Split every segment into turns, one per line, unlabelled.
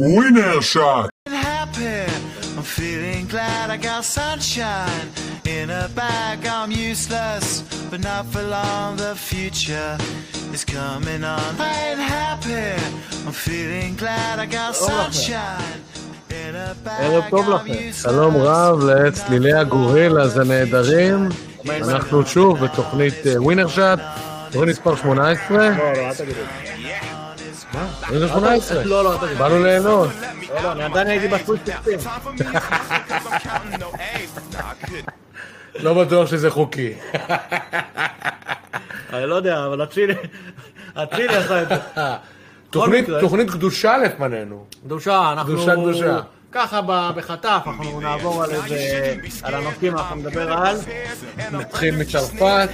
a shot.
happy. I'm feeling glad I got sunshine in a bag. I'm useless, but not for long. The future is coming on. I ain't happy. I'm feeling glad I got sunshine. in a
ערב
bag.
טוב
I'm
לכם.
useless,
שלום רב
but not
לצלילי
for
הגורילה
long. The
הנהדרים. אנחנו שוב בתוכנית ווינר שאט, תוכנית מספר 18.
לא, לא, אל תגידו.
ווינר 18.
לא, לא, אל תגידו.
באנו ליהנות.
לא, לא, אני עדיין הייתי בסוויט 16.
לא בטוח שזה חוקי.
אני לא יודע, אבל הצ'ילי, הצ'ילי עשה את זה.
תוכנית-
אה, מקרה.
תוכנית קדושה לפנינו.
קדושה, אנחנו...
קדושה, קדושה.
ככה ב- בחטף, אנחנו נעבור על איזה... על הנושאים, אנחנו נדבר על...
נתחיל מצרפת,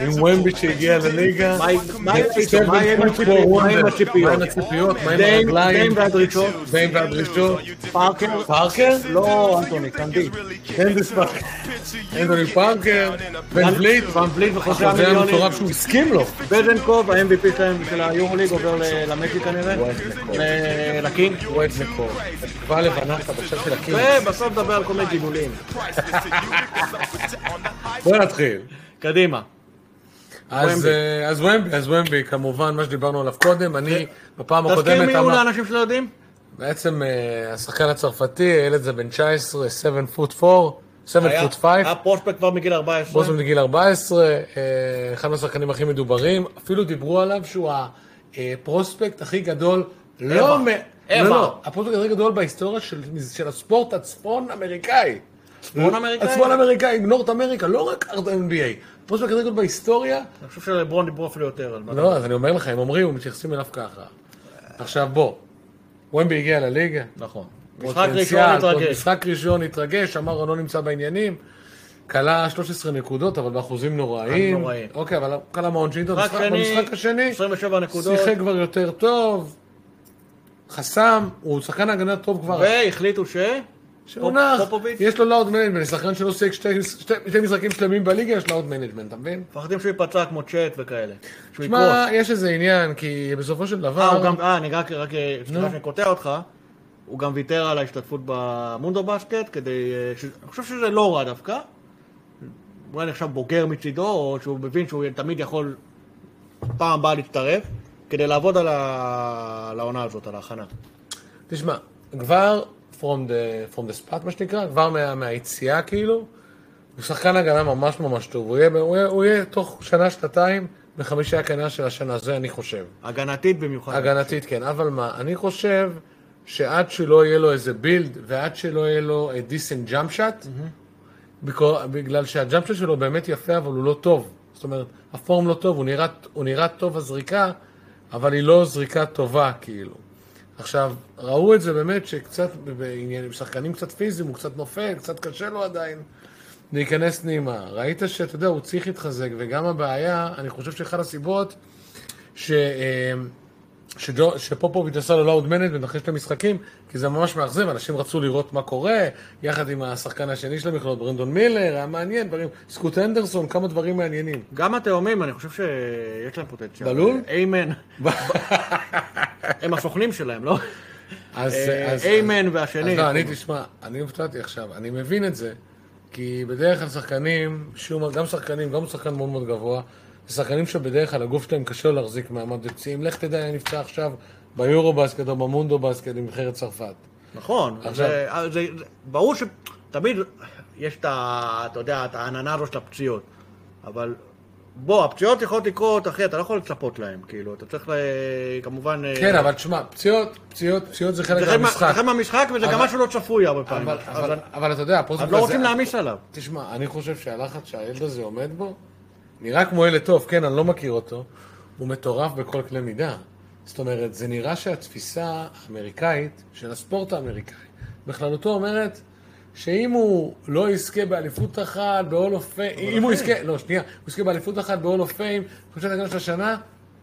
עם ומבי שהגיע לליגה.
מה עם- מה עם הציפיות? מה עם הציפיות? מה עם
מה עם
הציפיות?
הציפיות? מה עם
דיין
הרגליים?
דיין והדרישות,
דיין והדרישות?
פארקר,
פארקר?
לא אנטוני, קנדי,
הנדס פארקר. אנדוני פארקר, בן בליט,
ון בליט וחוזר
החוזה
המיליונים.
המטורף שהוא הסכים לו.
בזנקוב, ה-MVP שלהם של היורוליג עובר ל- למג'י כנראה,
וואטנקוב.
ל- לקינג,
הוא את מקור. תקווה לבנה חדשה של הקינג.
ובסוף כן, נדבר על כל מיני גילולים,
בוא נתחיל.
קדימה.
אז
ומבי.
אה, אז ומבי, אז ומבי, כמובן, מה שדיברנו עליו קודם, אני בפעם
תזכיר מי
הקודמת
הוא
אמר,
לאנשים שלא יודעים?
בעצם אה, השחקן הצרפתי, הילד זה בן 19, 7 פוט 4, 7 פוט 5,
היה פרוספקט כבר מגיל 14.
בוסמן בגיל 14, אה, אחד מהשחקנים הכי מדוברים, אפילו דיברו עליו שהוא הפרוספקט הכי גדול, לא מ...
ever.
לא, לא, הפרוספקט הכי גדול בהיסטוריה של, של הספורט הצפון אמריקאי.
צפון אמריקאי?
הצפון אמריקאי, נורט אמריקה, לא רק NBA. הפרוספקט הכי גדול בהיסטוריה,
אני חושב שלברון דיברו אפילו יותר על מה.
לא, אז אני אומר לך, הם אומרים, הם מתייחסים אליו ככה. עכשיו בוא, ומבי הגיע לליגה,
נכון. משחק ראשון
פוטנציאל,
התרגש.
משחק ראשון התרגש, אמר לא נמצא בעניינים, כלה 13 נקודות, אבל באחוזים נוראים.
נוראים.
אוקיי, אבל כלה מהעונשין,
משחק
במשחק
שני,
במשחק השני,
27 נקודות,
שיחק כבר יותר טוב, חסם, הוא שחקן הגנה טוב כבר.
והחליטו ש...
שהונח,
פופוביץ'?
יש לו לאוד מנג'מנט, שחקן שלא שיחק שתי- שתי שתי משחקים שלמים בליגה, יש לאוד מנג'מנט, אתה מבין?
מפחדים שהוא ייפצע כמו צ'אט וכאלה. שהוא
שמע,
יקרוס.
יש איזה עניין, כי בסופו של
אה,
דבר...
הוא גם... אה, אני רק... רק... סליחה שאני קוטע אותך. הוא גם ויתר על ההשתתפות במונדו בסקט כדי... אה, ש- אני חושב שזה לא רע דווקא. אולי נחשב בוגר מצידו, או שהוא מבין שהוא תמיד יכול פעם הבאה להצטרף, כדי לעבוד על ה- על העונה הזאת, על ההכנה.
תשמע, כבר from the, from the spot, מה שנקרא, כבר מה, מהיציאה כאילו, הוא שחקן הגנה ממש ממש טוב. הוא יהיה, הוא יהיה, הוא יהיה תוך שנה-שנתיים בחמישי הקנה של השנה, זה אני חושב.
הגנתית במיוחד.
הגנתית, כן. אבל מה, אני חושב שעד שלא יהיה לו איזה בילד, ועד שלא יהיה לו דיסנט ג'אמפ שאט, בגלל שהג'אמפ שאט שלו באמת יפה, אבל הוא לא טוב. זאת אומרת, הפורם לא טוב, הוא נראה, הוא נראה טוב הזריקה, אבל היא לא זריקה טובה, כאילו. עכשיו, ראו את זה באמת שקצת, בעניינים, שחקנים קצת פיזיים, הוא קצת נופל, קצת קשה לו עדיין. להיכנס פנימה. ראית שאתה יודע, הוא צריך להתחזק, וגם הבעיה, אני חושב שאחת הסיבות, ש... אה, שג'ו, שפופוביץ' עשה לו לאוד מנג'מנט אחרי שני משחקים, כי זה ממש מאכזב, אנשים רצו לראות מה קורה, יחד עם השחקן השני של המכלול, ברנדון מילר, היה מעניין, דברים, סקוט הנדרסון, כמה דברים מעניינים.
גם התאומים, אני חושב שיש להם פוטנציאל. אה,
בלול?
איימן. הם הסוכנים שלהם, לא?
אז,
אה,
אז,
איימן
אז
והשני.
לא, אני, תשמע, אני הופתעתי עכשיו, אני מבין את זה, כי בדרך כלל שחקנים, שום, גם שחקנים, גם שחקן מאוד מאוד גבוה, זה שחקנים שבדרך כלל הגוף שלהם קשה לו להחזיק מעמד בפציעים, לך תדע, אני נפצע עכשיו ביורו בסקט או במונדו בסקט עם נבחרת צרפת.
נכון.
עכשיו-
זה- זה- זה- ברור שתמיד יש את ה... אתה יודע, את העננה הזו של הפציעות. אבל בוא, הפציעות יכולות לקרות, אחי, אתה לא יכול לצפות להן, כאילו, אתה צריך ל... כמובן... אה,
כן, אבל תשמע, פציעות, פציעות, פציעות זה
זה
חלק
חלק מה-
מהמשחק.
זה חלק מהמשחק, וזה גם
אבל-
משהו לא צפוי הרבה פעמים.
אבל-
אז-
אבל- אבל אתה יודע, הפוסט
אז לא רוצים להעמיס עליו.
תשמע, אני חושב שהלחץ שהילד הזה עומד בו, נראה כמו ילד טוב, כן, אני לא מכיר אותו, הוא מטורף בכל קנה מידה. זאת אומרת, זה נראה שהתפיסה האמריקאית של הספורט האמריקאי בכללותו אומרת שאם הוא לא יזכה באליפות אחת, ב-all of fame, אם הוא יזכה, לא, שנייה, הוא יזכה באליפות אחת, ב-all of fame, חושבת הגנה של השנה,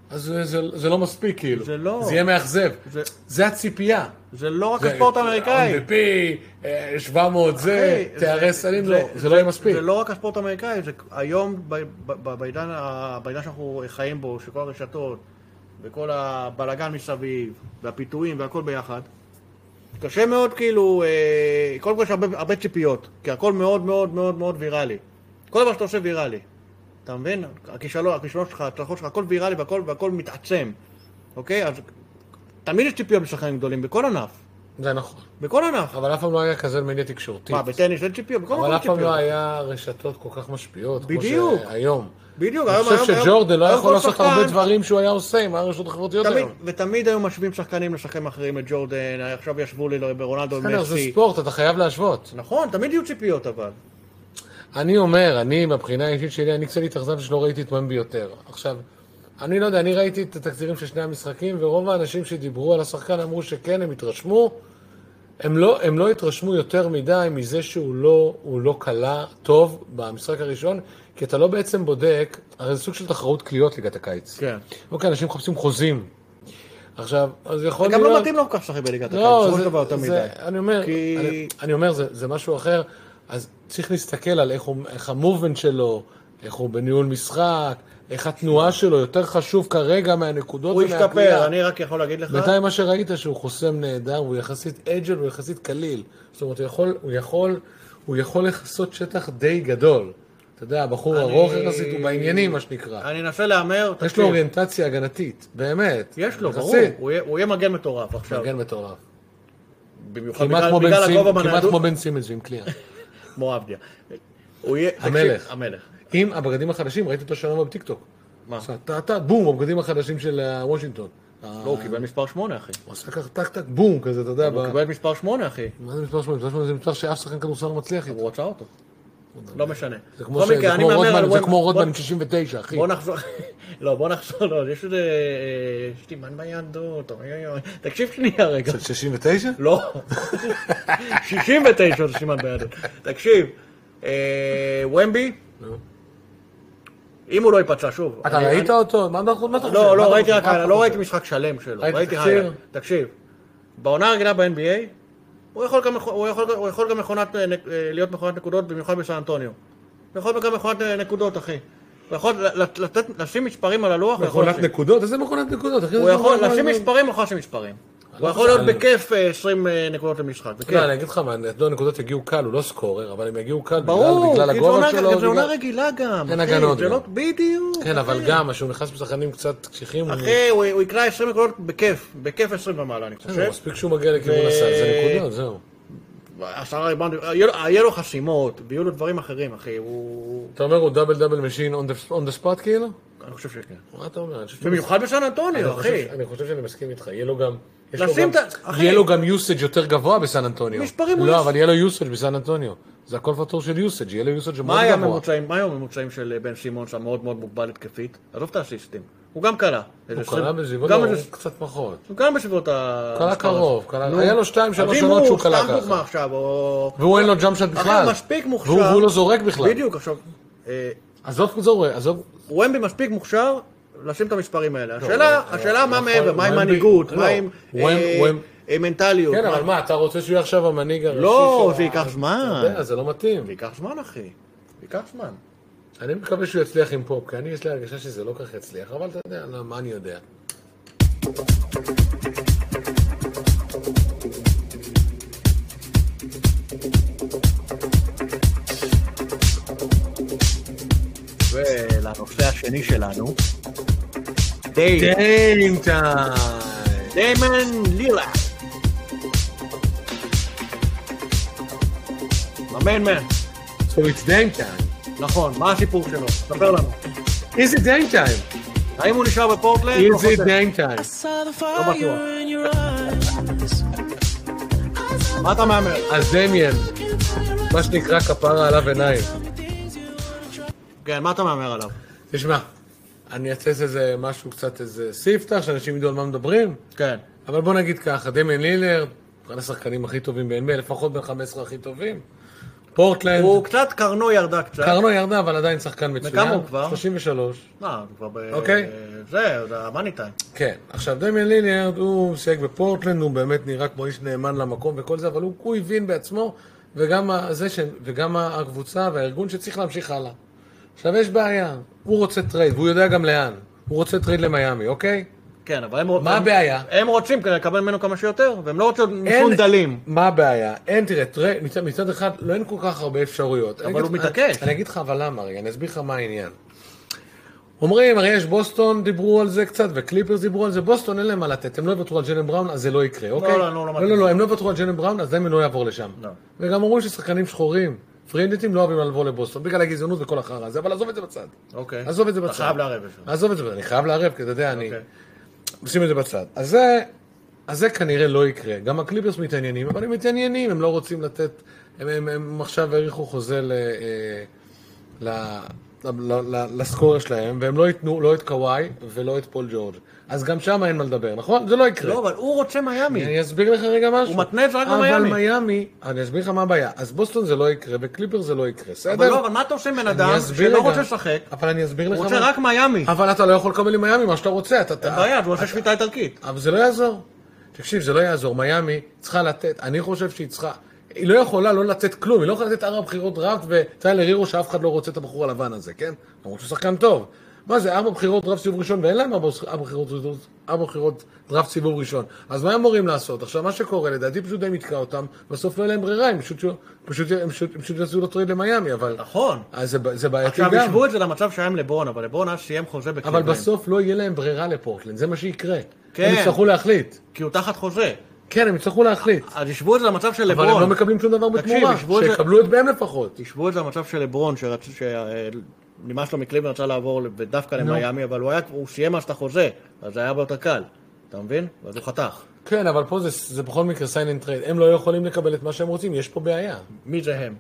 אז זה- זה- זה לא מספיק, כאילו.
זה לא.
זה יהיה מאכזב.
זה-
זה הציפייה.
זה לא רק
זה-
הספורט האמריקאי.
MVP, אה, 700 זה,
אחי,
תארי סלים, לא, זה לא יהיה מספיק.
זה לא רק הספורט האמריקאי, זה היום ב- ב- ב- בעידן ה- בעידן שאנחנו חיים בו, שכל הרשתות וכל הבלגן מסביב, והפיתויים והכל ביחד, קשה מאוד, כאילו, אה, קודם כל יש הרבה, הרבה ציפיות, כי הכל מאוד מאוד מאוד מאוד ויראלי. כל דבר שאתה עושה ויראלי. אתה מבין? הכישלון, הכישלון שלך, ההצלחות שלך, הכל ויראלי והכל, והכל מתעצם, אוקיי? אז תמיד יש ציפיות משחקנים גדולים, בכל ענף.
זה נכון.
בכל ענף.
אבל אף פעם לא היה כזה מדיה תקשורתית.
מה, בטניס אין ציפיות? בכל
אבל
מקום
אף פעם לא
ציפיות.
היה רשתות כל כך משפיעות.
בדיוק.
כמו שהיום.
בדיוק,
אני
היום-
חושב
היום-
שג'ורדן לא
היום
יכול
כל
לעשות
שחקן-
הרבה דברים שהוא היה עושה עם הרשתות החברתיות
תמיד,
היום.
ותמיד היו משווים שחקנים לשחקנים אחרים, את ג'ורדן, עכשיו ישבו לי ברונלדו
בסדר, זה
מסי.
ספורט, אתה חייב להשוות.
נכון, תמיד יהיו ציפיות אבל.
אני אומר, אני, מבחינה האישית שלי, אני קצת התאכזבתי שלא ראיתי את ממבי יותר. עכשיו, אני לא יודע, אני ראיתי את התקצירים של שני המשחקים, ורוב האנשים שדיברו על השחקן אמרו שכן, הם התרשמו. הם לא, הם לא התרשמו יותר מדי מזה שהוא לא, הוא לא קלע טוב במשחק הראשון, כי אתה לא בעצם בודק, הרי זה סוג של תחרות קליעות ליגת הקיץ.
כן.
אוקיי, אנשים מחפשים חוזים. עכשיו, אז יכול
גם
להיות...
לא מתאים לו כל כך לשחק בליגת הקיץ, בסופו של דבר יותר
לא, זה-
מדי.
אני אומר,
כי-
אני, אני אומר זה, זה משהו אחר, אז צריך להסתכל על איך, הוא- איך המובמנט שלו, איך הוא בניהול משחק, איך התנועה שלו יותר חשוב כרגע מהנקודות
הוא
ומהקליעה.
השתפר, אני רק יכול להגיד לך.
בינתיים מה שראית שהוא חוסם נהדר, הוא יחסית אג'ל, הוא יחסית קליל. זאת אומרת, הוא יכול, הוא יכול, הוא יכול לכסות שטח די גדול. אתה יודע, הבחור
אני-
ארוך יחסית, הוא בעניינים, מה שנקרא.
אני אנסה להמר,
יש לו
תקשיב.
אוריינטציה הגנתית, באמת.
יש לו, ברור.
יחסית.
הוא יהיה- הוא יהיה מגן מטורף עכשיו.
מגן מטורף.
במיוחד
כמעט
בגלל
כמו בן
בגלל
סימ-
הגובה
כמעט כמו
בניידות.
בן סימנס ועם
כן.
קליעה.
כמו עבדיה. הוא יהיה... תקשיב,
המלך.
המלך.
עם הבגדים החדשים, ראיתי אותו שלום בטיקטוק.
מה?
עשה טה טה, בום, הבגדים החדשים של אה, וושינגטון.
לא, הוא קיבל מספר 8, אחי.
הוא עשה ככה טק טק, בום, כזה, אתה יודע. ב-
הוא קיבל את מספר 8, אחי.
מה זה מספר 8? מספר 8 זה מספר שאף שחקן כדורסל לא מצליח איתו.
הוא רצה אותו. לא משנה.
זה כמו
בכל
ש- זה
מקרה, אני
כמו
מהמר על
רוטמן, זה
וואן-
כמו רוטמן עם
בוא-
69, אחי.
בוא נחזור, לא, בוא נחזור, לא, יש איזה אה, שתימן ביהדות, אוי אוי אוי, תקשיב שנייה רגע.
של 69?
לא. 69 זה סימן ביהדות. תקשיב, אה, ומבי, אם הוא לא ייפצע שוב.
אתה
אני-
ראית
אני-
אותו? מה אתה מה אתה חושב? מה
לא,
אתה
לא, ראיתי
חושב?
רק
מה אתה
הילה, לא
חושב?
ראיתי משחק שלם שלו.
ראית
ראיתי
תקציר?
הילה. תקשיב, בעונה הרגילה ב-NBA, הוא יכול גם- הוא יכול- הוא יכול גם מכונת, אה, נק- אה, להיות מכונת נקודות, במיוחד בסן אנטוניו. הוא יכול גם מכונת אה, נקודות, אחי. הוא יכול ל- לתת- לשים מספרים על הלוח, הוא יכול
מכונת
לשים.
נקודות? איזה מכונת נקודות? אחי,
הוא
זה
יכול
מכונת-
לשים מספרים, הוא יכול לשים מספרים. הוא יכול להיות בכיף אה, 20 אה, נקודות למשחק,
לא,
בכיף.
אני אגיד לך מה, לא, הנקודות יגיעו קל, הוא לא סקורר, אבל הם יגיעו קל בגלל
ברור,
בגלל
כי זו עונה-
הגובה שלו.
גם זו עונה
בגלל-
רגילה גם.
אין
אחי,
הגנות
זה
גם.
לא- בדיוק.
כן,
אחי.
אבל גם, כשהוא נכנס בשחקנים קצת קשיחים, הוא-
אחי, הוא הוא יקרא 20 נקודות בכיף, בכיף 20 ומעלה, אני
בסדר,
חושב.
מספיק שהוא מגיע לכיוון
ו-
הסל, זה נקודות, זהו.
עשרה ריבאונדים, יהיה לו- יהיה לו חסימות, ויהיו לו דברים אחרים, אחי, הוא...
אתה אומר הוא דאבל דאבל משין און דה ספוט כאילו?
אני חושב שכן.
מה אתה אומר? אני חושב שהוא-
במיוחד בסן
אני
אנטוניו, אחי.
חושב- אני חושב שאני מסכים איתך, יהיה לו גם... יש לו
לשים
גם-
את ה- אחי.
יהיה לו גם usage יותר גבוה בסן אנטוניו.
מספרים הוא
לא,
יש-
אבל יהיה לו usage בסן אנטוניו. זה הכל פטור של usage, יהיה לו usage שמאוד
מה היה
גבוה.
הממוצעים- מה היו הממוצעים של אה, בן סימון, שהמאוד מאוד מוגבל התקפית? עזוב את האסיסטים. הוא גם קלע. איזה
הוא
20
קלע בסביבות,
גם
לא,
איזה-
הוא קצת פחות.
הוא גם בסביבות ה...
קלע
מספר הזה.
קרוב, קלע-
נו.
היה לו שתיים, שלוש
אז אם
עונות
הוא
שהוא קלע
סתם
ככה.
דוגמה עכשיו, או...
והוא אין לו ג'אמפ שט בכלל.
אחי, מספיק מוכשר.
והוא- והוא לא זורק בכלל.
בדיוק, עכשיו... אה,
עזוב זורק, עזוב...
ומבי מספיק מוכשר לשים את המספרים האלה.
לא,
השאלה,
אבל-
השאלה מה
אבל-
מעבר, מה עם
ומבי-
מנהיגות,
לא.
מה עם
ומ-
אה,
ומ-
אה, מנטליות.
כן,
מה-
אבל מה, אתה רוצה שהוא יהיה עכשיו המנהיג הראשי
לא,
של
זה
ה-
ייקח זמן.
אתה יודע, זה לא מתאים.
זה ייקח זמן, אחי. זה ייקח זמן.
אני מקווה שהוא יצליח עם פופ, כי אני יש לי הרגשה שזה לא כל כך יצליח, אבל אתה יודע, לא, מה אני יודע.
ולנושא השני שלנו, די-
דיים טיים!
דיימן לילה. ממן מן.
So it's דיים טיים.
נכון, מה הסיפור שלו? ספר לנו.
Is it דיים טיים?
האם הוא נשאר בפורטלנד? או
Is
חוזר?
it דיים טיים?
saw the
בטוח.
fire in your eyes.
מה אתה מהמר?
אז דמיין, מה שנקרא כפרה עליו עיניים.
כן, מה אתה מהמר עליו?
תשמע, אני אעשה איזה משהו קצת, איזה ספתח, שאנשים ידעו על מה מדברים,
כן.
אבל בוא נגיד ככה, דמיין לילר, אחד השחקנים הכי טובים ב-NBA, לפחות בין 15 הכי טובים. פורטלנד,
הוא קצת, קרנו ירדה קצת.
קרנו ירדה, אבל עדיין שחקן מצוין.
וכמה הוא כבר?
33.
מה, הוא כבר ב...
אוקיי.
זה, זה המאני טיים.
כן, עכשיו דמיין ליליארד הוא סייג בפורטלנד, הוא באמת נראה כמו איש נאמן למקום וכל זה, אבל הוא, הוא הבין בעצמו, וגם, ה- זה ש, וגם ה- הקבוצה והארגון שצריך להמשיך הלאה. עכשיו יש בעיה, הוא רוצה טרייד, והוא יודע גם לאן, הוא רוצה טרייד למיאמי, אוקיי?
כן, אבל הם רוצים...
מה הבעיה?
הם רוצים כדי לקבל ממנו כמה שיותר, והם לא רוצים מפונדלים.
מה הבעיה? אין, תראה, תראה, מצד, מצד אחד לא אין כל כך הרבה אפשרויות. אני
הוא
אגיד-
מתעקש.
אני, אני אגיד לך אבל למה רגע, אני אסביר לך מה העניין. אומרים, הרי יש בוסטון דיברו על זה קצת, וקליפרס דיברו על זה, בוסטון אין להם מה לתת, הם לא יוותרו על ג'נן בראון, אז זה לא יקרה, אוקיי?
לא, לא, לא
לא,
מתאים.
לא, לא, הם לא יוותרו על ג'נן בראון, אז דמיין לא יעבור לשם.
לא.
וגם אמרו ששחקנים שחורים, פרינדיטים לא אוהבים לבוא לבוסטון, בגלל הגזענות וכל החרא הזה, אבל עזוב את זה בצד.
אוקיי.
עזוב את זה
אתה
בצד.
חייב לערב את זה.
עזוב את זה, אני חייב לערב, כי אתה יודע, אני...
אוקיי.
שים את זה בצד. אז זה, אז זה כנראה לא יקרה. גם הקליפרס מתעניינים, אבל הם מתעניינים, הם לא רוצים לתת... הם, הם, הם עכשיו האריכו חוזה ל, אה, ל, ל, ל, לסקורר שלהם, והם לא ייתנו לא את קוואי ולא את פול ג'ורג'. אז גם שם אין מה לדבר, נכון? זה לא יקרה.
לא, אבל הוא רוצה מיאמי.
אני אסביר לך רגע משהו.
הוא מתנה את זה רק במיאמי.
אבל מיאמי, אני אסביר לך מה הבעיה. אז בוסטון זה לא יקרה, וקליפר זה לא יקרה, בסדר?
אבל לא, אבל מה אתה עושה עם בן אדם
אני אסביר
שלא
רגע.
רוצה לשחק?
אבל אני אסביר לך
הוא רוצה רק מיאמי.
אבל אתה לא יכול לקבל עם מיאמי מה שאתה רוצה. אתה- אתה-
אין בעיה, אז הוא עושה שביתה איטלקית.
אבל זה לא יעזור. תקשיב, זה לא יעזור. מיאמי צריכה לתת, אני חושב שהיא צריכה, היא לא יכולה לא לתת כלום, היא לא יכולה לתת ארבע בחירות דראפט וטיילר הירו שאף אחד לא רוצה את הבחור הלבן הזה, כן? למרות שהוא שחקן טוב. מה זה, ארבע בחירות דראפט סיבוב ראשון, ואין להם ארבע ארבע בחירות, ארבע בחירות דראפט סיבוב ראשון. אז מה הם אמורים לעשות? עכשיו, מה שקורה, לדעתי פשוט די מתקע אותם, בסוף לא יהיה להם ברירה, הם פשוט, פשוט, הם פשוט, הם פשוט יעשו לו טריד למיאמי, אבל...
נכון.
אז זה, זה בעייתי
עכשיו,
גם.
השוו את זה למצב שהיה עם לברון, אבל לברון אז סיים חוזה
אבל
בקליבלנד.
בסוף לא יהיה להם ברירה לפורטלנד, זה מה שיקרה.
כן.
הם יצטרכו להחליט.
כי הוא תחת חוזה.
כן, הם יצטרכו להחליט.
אז השוו את זה למצב של
אבל הם לא
לברון.
מקבלים שום דבר
תקשיב,
בתמורה.
ישבו על זה-
שיקבלו את בהם לפחות.
השוו את זה למצב של לברון, שנמאס לו מקליבלנד רצה לעבור ל- ודווקא למיאמי, אבל הוא היה- הוא סיים אז את החוזה, אז זה היה הרבה יותר קל. אתה מבין? אז הוא חתך.
כן, אבל פה זה- זה בכל מקרה sign and trade. הם לא יכולים לקבל את מה שהם רוצים, יש פה בעיה.
מי זה הם?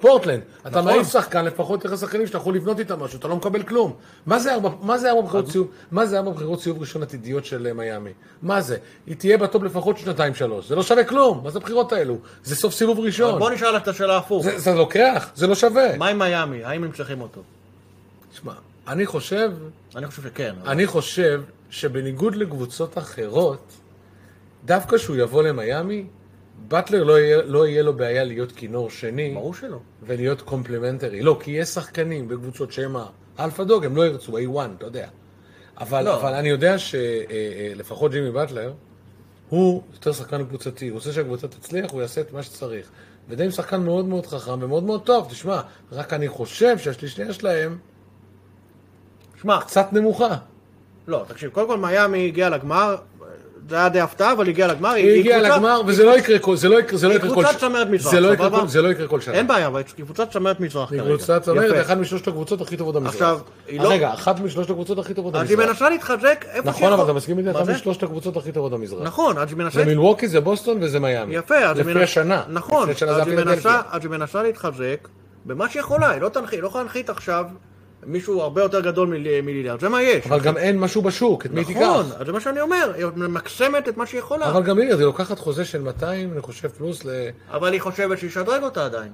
פורטלנד, אתה
נכון.
מעיף שחקן, לפחות תראה שחקנים שאתה יכול לבנות איתם משהו, אתה לא מקבל כלום. מה זה ארבע- מה זה ארבע בחירות סיבוב- מה זה ארבע בחירות סיבוב ראשון עתידיות של אה, מיאמי? מה זה? היא תהיה בטופ לפחות שנתיים-שלוש. זה לא שווה כלום, מה זה הבחירות האלו? זה סוף סיבוב ראשון.
בוא נשאל את השאלה הפוך.
לא. זה- זה לוקח, זה לא שווה.
מה עם מיאמי? האם הם צריכים אותו?
שמע, אני חושב
אני חושב שכן. אבל-
אני חושב שבניגוד לקבוצות אחרות, דווקא כשהוא יבוא למיאמי, באטלר לא יהיה, לא יהיה לו בעיה להיות כינור שני
ברור שלא.
ולהיות קומפלימנטרי. לא, כי יש שחקנים בקבוצות שהם האלפה דוג, הם לא ירצו, A1, אתה יודע. אבל,
לא.
לא. אבל אני יודע שלפחות ג'ימי באטלר, הוא יותר שחקן קבוצתי, הוא רוצה שהקבוצה תצליח, הוא יעשה את מה שצריך. ודיים שחקן מאוד מאוד חכם ומאוד מאוד טוב, תשמע, רק אני חושב שהשלישייה שלהם
שמע,
קצת נמוכה.
לא, תקשיב, קודם כל מיאמי הגיעה לגמר, זה היה די הפתעה, אבל היא הגיעה לגמר.
היא הגיעה
קבוצה-
לגמר, וזה לא יקרה כל זה לא יקרה- זה לא
היא
יקרה כל
קבוצת
ש-
צמרת מזרח,
זה לא יקרה
סבבה?
כל- זה לא יקרה כל שנה.
אין בעיה, אבל היא קבוצת צמרת מזרח
היא
כרגע.
קבוצה צמרת,
יפה.
אחת משלושת הקבוצות הכי טובות במזרח.
עכשיו, היא לא-
אז רגע, אחת משלושת הקבוצות הכי טובות
אז היא
במזרח.
מנסה להתחזק איפה שהיא
נכון,
יכול-
אבל אתה מסכים איתי?
מה
אחת
זה?
משלושת הקבוצות הכי טובות במזרח.
נכון, אז היא מנסה...
זה מילווקי, זה בוסטון וזה מיאמי.
יפה, אז היא
לפי
מנס-
השנה.
נכון,
לפני שנה זה
אז היא מנסה-
הפילדלפיה.
אז היא מנסה להתחזק במה שיכולה, היא לא תנחית, היא לא יכולה להנחית עכשיו מישהו הרבה יותר גדול מל- מליליארד, זה מה יש.
אבל גם אין משהו בשוק, את מי
נכון,
תיקח?
אז זה מה שאני אומר, היא ממקסמת את מה שהיא יכולה.
אבל גם ליגרד, היא לוקחת חוזה של 200, אני חושב, פלוס ל...
אבל היא חושבת שהיא שדרג אותה עדיין.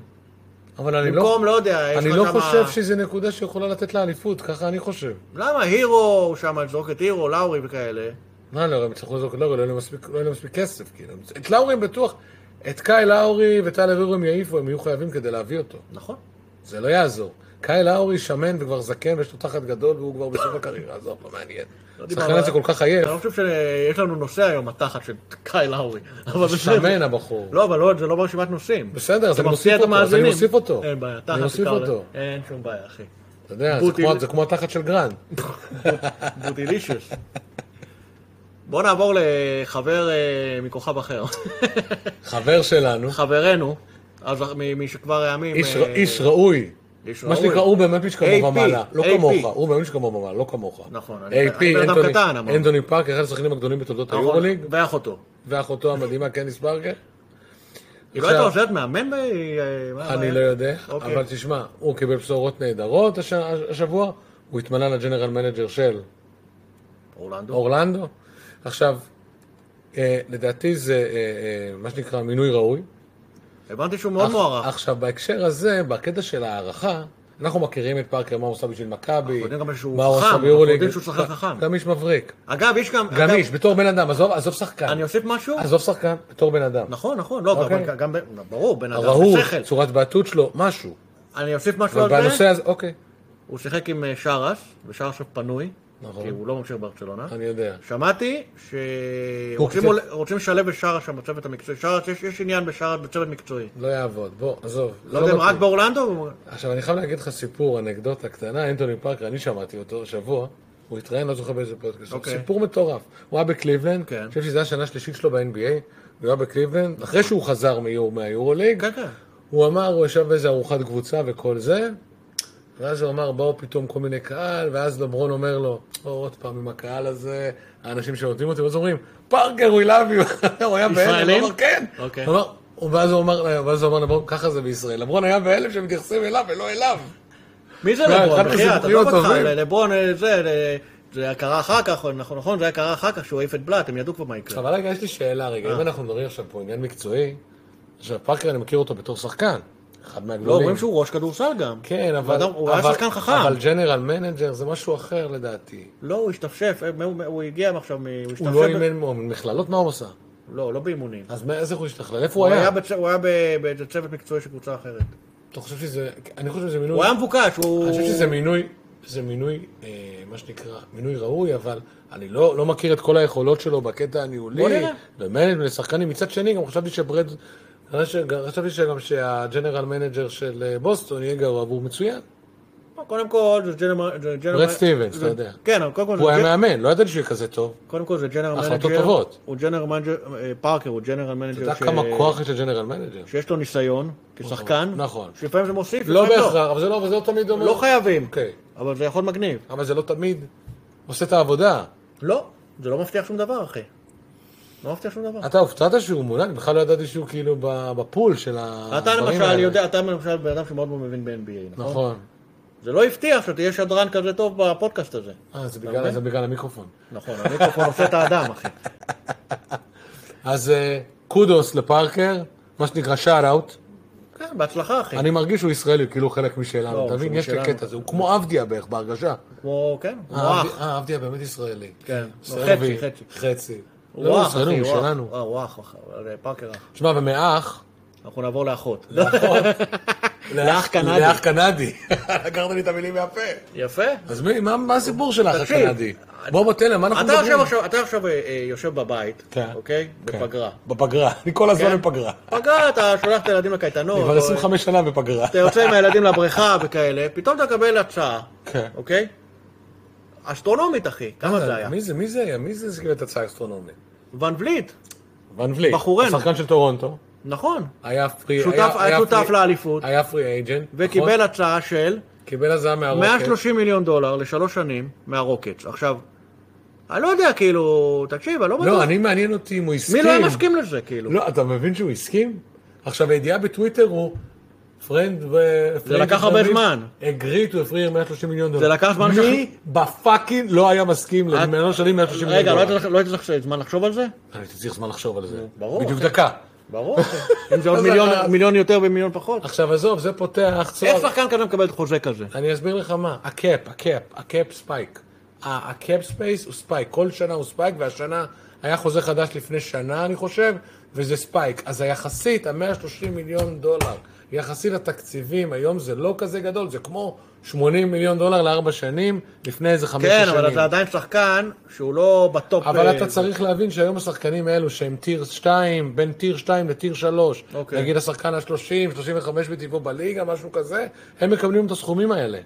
אבל אני לא...
במקום, לא יודע, יש
אני
לך
לא
כמה-
חושב שזו נקודה שיכולה לתת לה אליפות, ככה אני חושב.
למה הירו שם, זורק את הירו, לאורי וכאלה?
מה לא, הם יצטרכו לזרוק את לאורי, לא יהיה להם מספיק- לא יהיה להם מספיק כסף, כאילו. את לאורי הם בטוח, את קאי לאורי וטלר הירו הם יעיפו, הם יהיו חייבים כדי להביא אותו.
נכון.
זה לא יעזור. קאי לאורי שמן וכבר זקן ויש לו תחת גדול והוא כבר בסוף הקריירה, עזוב, לא מעניין. השחקן
דיברנו
הזה
עליו.
כל כך עייף,
אני לא חושב שיש לנו נושא היום, התחת של קאי לאורי. אבל בסדר.
שמן הבחור.
לא, אבל לא, זה לא ברשימת נושאים.
בסדר, אז
אתה
אני
מפתיע את
מוסיף אותו, אז אני
המאזינים.
מוסיף אותו.
אין בעיה, תחת
אני מוסיף
בעיקר-
אותו.
אין שום בעיה, אחי.
אתה יודע, זה
בוטי.
כמו- זה כמו התחת של גרנד.
בוטילישוס. בואו נעבור לחבר אה, מכוכב אחר.
חבר שלנו,
חברנו, אז מ- מי שכבר הימים...
איש-
אה,
איש ראוי.
איש
מה
ראוי.
שנקרא, הוא באמת איש כמוך
AP,
מעלה, לא
AP.
כמוך, הוא באמת איש כמוך מעלה, לא כמוך.
נכון, אני-
AP,
אני בן אדם
אנטוני-
קטן, אמרנו.
אנטוני פארק, אחד השחקנים הגדולים בתולדות
נכון,
היורוליג,
ואחותו.
ואחותו המדהימה קניס ברגר.
היא לא הייתה עוזרת מאמן ב... אה, מה
אני
הבעיה?
לא יודע,
אוקיי.
אבל תשמע, הוא קיבל בשורות נהדרות הש- השבוע, הוא התמנה לג'נרל מנג'ר של
אורלנדו.
אורלנדו. עכשיו, אה, לדעתי זה אה, אה, מה שנקרא מינוי ראוי.
הבנתי שהוא מאוד מוערך.
עכשיו, בהקשר הזה, בקטע של הערכה, אנחנו מכירים את פארקר, מה הוא עושה בשביל מכבי,
יודעים גם שהוא
מה הוא
חכם,
עושה
אנחנו
ביורוליג.
יודעים שהוא שחקן חכם.
גם איש מבריק.
אגב, יש גם...
גם
אגב,
איש, בתור בן אדם, עזוב עזוב שחקן.
אני אוסיף משהו?
עזוב שחקן, בתור בן אדם.
נכון, נכון, לא,
אוקיי.
אבל גם... ב- ברור, בן אדם
הרהוט,
בשכל.
צורת בעטות שלו, משהו.
אני אוסיף משהו
אבל
על זה.
בנושא הזה, אוקיי.
הוא שיחק עם אה, שרס, ושרס הוא פנוי.
נכון.
כי הוא לא ממשיך ברצלונה.
אני יודע.
שמעתי שרוצים
קצת-
עול- רוצים לשלב את שרש שם בצוות המקצועי. שרש, יש- יש עניין בשרש בצוות מקצועי.
לא יעבוד, בוא, עזוב.
לא יודע אם רק
מתאים.
באורלנדו?
עכשיו, אני חייב להגיד לך סיפור, אנקדוטה קטנה, אנטוני פארקר, אני שמעתי אותו השבוע, הוא התראיין, לא זוכר באיזה פודקאסט,
אוקיי.
סיפור מטורף. הוא היה בקליבלנד,
כן.
אני חושב שזו השנה השלישית שלו ב-NBA, הוא היה בקליבלנד, אחרי שהוא חזר מיור- מהיורוליג,
כן, כן.
הוא אמר, הוא ישב באיזה ארוחת קבוצה וכל זה, ואז הוא אמר, באו פתאום כל מיני קהל, ואז לברון אומר לו, או, עוד פעם עם הקהל הזה, האנשים שנותנים אותי, ואז אומרים, פארקר, we love you, הוא היה בהלם, הוא
ישראלים?
אמר, כן.
אוקיי.
הוא אמר, ואז הוא אמר, ואז הוא אמר לברון, ככה זה בישראל. לברון היה בהלם שמתייחסים אליו ולא אליו.
מי זה
לא,
לברון?
אחד
בחייאת,
הסיפורים
עזוב אותך,
הטובים.
לברון אה, זה, אה, זה קרה אחר כך, נכון, נכון, זה היה קרה אחר כך שהוא העיף את בלאט, הם ידעו כבר מה יקרה.
אבל רגע, יש לי שאלה רגע, אם אנחנו מדברים עכשיו פה עניין מקצועי, עכשיו פארקר, אני מכיר אותו בתור שחקן, אחד
לא,
מהגדולים.
אומרים שהוא ראש כדורסל גם.
כן,
הוא
אבל...
אדם- הוא היה
אבל-
שחקן חכם.
אבל ג'נרל מנג'ר זה משהו אחר לדעתי.
לא, הוא השתפשף, אה, הוא- הוא הגיע עכשיו, מ- הוא
הוא לא
השתפשף. ב-
אימן מאמן, מכללות, מה הוא עשה?
לא, לא באימונים.
אז מה- אז איך הוא השתכלל? איפה
הוא
הוא היה?
היה בצ- הוא היה ב- באיזה צוות מקצועי של קבוצה אחרת.
אתה חושב שזה... אני חושב שזה
הוא
מינוי...
היה מבוקש, הוא...
אני חושב שזה מינוי... זה מינוי, אה, מה שנקרא, מינוי ראוי, אבל אני לא, לא מכיר את כל היכולות שלו בקטע
בוא
הניהולי.
נראה.
ומנג'ר ולשחקנים. מצד שני, גם חשבתי שברד... חשבתי שגם שהג'נרל מנג'ר של אה, בוסטון יהיה גרוע, והוא מצוין.
קודם כל, זה ג'נרל... זה ג'נרל-
ברד סטיבנס,
זה-
אתה יודע.
כן, אבל קודם כל... זה
הוא היה
ג'נ-
מאמן, לא ידעתי שהוא יהיה כזה טוב.
קודם כל זה ג'נרל מנג'ר.
החלטות טובות.
הוא ג'נרל מנג'ר, אה, פארקר הוא ג'נרל
אתה
מנג'ר
יודע כמה כוח יש לג'נרל מנג'ר?
שיש לו ניסיון, כשחקן.
נכון.
שלפעמים זה מוסיף,
לא
לפעמים
בהכרח, אבל זה לא- אבל זה לא תמיד אומר...
לא חייבים,
אוקיי.
אבל זה יכול מגניב.
אבל זה לא תמיד עושה את העבודה.
לא, זה לא מבטיח שום דבר, אחי. לא מבטיח שום דבר.
אתה הופתעת שהוא מונה? אני בכלל לא ידעתי שהוא כאילו ב- בפול של הדברים
אתה
האלה.
למשל יודע, אתה למשל בן אדם שמאוד מאוד מבין ב-NBA, נכון?
נכון.
זה לא הבטיח שתהיה שדרן כזה טוב בפודקאסט הזה.
אה,
אתה
זה בגלל-
מבין?
זה בגלל המיקרופון.
נכון, המיקרופון עושה את האדם, אחי.
כן. אז אה, קודוס לפארקר, מה שנקרא שאט אאוט.
כן, בהצלחה, אחי.
אני מרגיש שהוא ישראלי, הוא כאילו חלק
לא,
משלנו, אתה מבין?
שהוא
יש את
משלנו.
הקטע הזה, הוא כמו עבדיה בערך בהרגשה.
כמו, כן, הוא אח.
אה, עבדיה- אה, עבדיה באמת ישראלי.
כן,
סרבי,
חצי, חצי.
חצי.
הוא
לא, הוא
אח,
ישראלי,
אחי,
הוא
הוא אח.
שלנו.
אה, הוא אח, אח, אבל, אה, פארקר אח.
תשמע, ומאח,
אנחנו נעבור לאחות.
לאח
קנדי.
לאח נכון. קנדי. לקחת לי את המילים מהפה.
יפה.
אז מי, מה- מה הסיפור של האח
תקשיב,
הקנדי? בוא, בוא, תן להם, מה אנחנו
אתה
מדברים?
עכשיו- עכשיו- אתה עכשיו אה, אה, יושב בבית,
כן.
אוקיי?
כן.
בפגרה.
בפגרה, אני כל הזמן
כן?
בפגרה.
פגרה, אתה שולח את הילדים לקייטנות.
אני כבר
או- אה,
25 שנה בפגרה.
אתה יוצא עם הילדים לבריכה וכאלה, פתאום אתה מקבל הצעה,
כן. אה,
אוקיי? אסטרונומית, אחי. כמה זה היה?
מי זה, מי זה היה? מי זה שקיבל את הצעה אסטרונומית?
ון וליט,
ון וליט.
בחורנו.
השחקן של טורונטו.
נכון.
היה פרי...
שותף-
היה-
היה שותף
פרי-
לאליפות.
היה פרי אייג'נט. נכון?
וקיבל הצעה של
קיבל הזעה מהרוקט.
130 מיליון דולר לשלוש שנים מהרוקטס. עכשיו, אני לא יודע, כאילו, תקשיב, אני לא
לא,
בטוח.
אני מעניין אותי אם הוא הסכים.
מי לא היה מסכים לזה, כאילו?
לא, אתה מבין שהוא הסכים? עכשיו, הידיעה בטוויטר הוא... פרנד ו...
זה לקח הרבה זמן.
אגריט הוא הפריע 130 מיליון דולר.
זה לקח זמן
מי בפאקינג לא היה מסכים למנהל שלי 130 מיליון
רגע,
דולר?
לא היית לך- לא היית לך זמן לחשוב על זה?
אני צריך זמן לחשוב על זה.
ברור.
בדיוק דקה.
ברור. אם זה עוד
אז
מיליון-
אתה-
מיליון יותר ומיליון פחות.
עכשיו, עזוב, זה פותח
איך
צוהר.
שחקן כזה מקבל את חוזה כזה?
אני אסביר לך מה. הקאפ, הקאפ, הקאפ ספייק. ה- הקאפ ספייס הוא ספייק. כל שנה הוא ספייק, והשנה היה חוזה חדש לפני שנה, אני חושב, וזה ספייק. אז היחסית, ה-130 מיליון דולר, יחסית לתקציבים, היום זה לא כזה גדול, זה כמו 80 מיליון דולר לארבע שנים, לפני איזה חמש
כן,
שנים.
אבל אתה עדיין שחקן שהוא לא בטופ.
אבל
אה,
אתה צריך להבין שהיום השחקנים האלו שהם טיר 2, בין טיר 2 לטיר 3,
אוקיי.
נגיד השחקן ה-30, 35 בטבעו בליגה, משהו כזה, הם מקבלים את הסכומים האלה.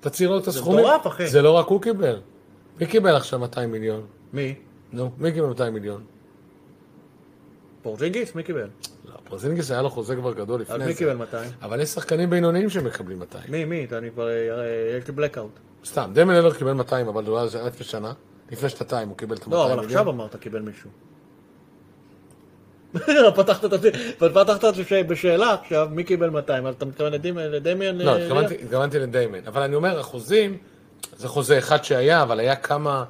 אתה צריך לראות את הסכומים.
מטורף, אחי.
זה לא רק הוא קיבל. מי קיבל עכשיו 200 מיליון?
מי?
נו, מי קיבל 200 מיליון?
פורזינגיס? מי קיבל?
לא, פרזינגס היה לו חוזה כבר גדול
אז
לפני
מי
זה.
קיבל 200?
אבל יש שחקנים בינוניים שמקבלים 200.
מי, מי? אני כבר... אה, יש לי בלקאוט.
סתם, דמי לילר קיבל 200, אבל הוא היה זה היה לפני שנה. לפני שנתיים הוא קיבל את ה-200 מיליון.
לא, אבל עכשיו אמרת קיבל מישהו. פתחת את זה, פתחת את זה בשאלה עכשיו, מי קיבל 200? אז אתה מתכוון לדימ- לדמיאן?
לא,
אה,
התכוונתי- התכוונתי לדיימן. אבל אני אומר, אחוזים, זה חוזה אחד שהיה, אבל היה כמה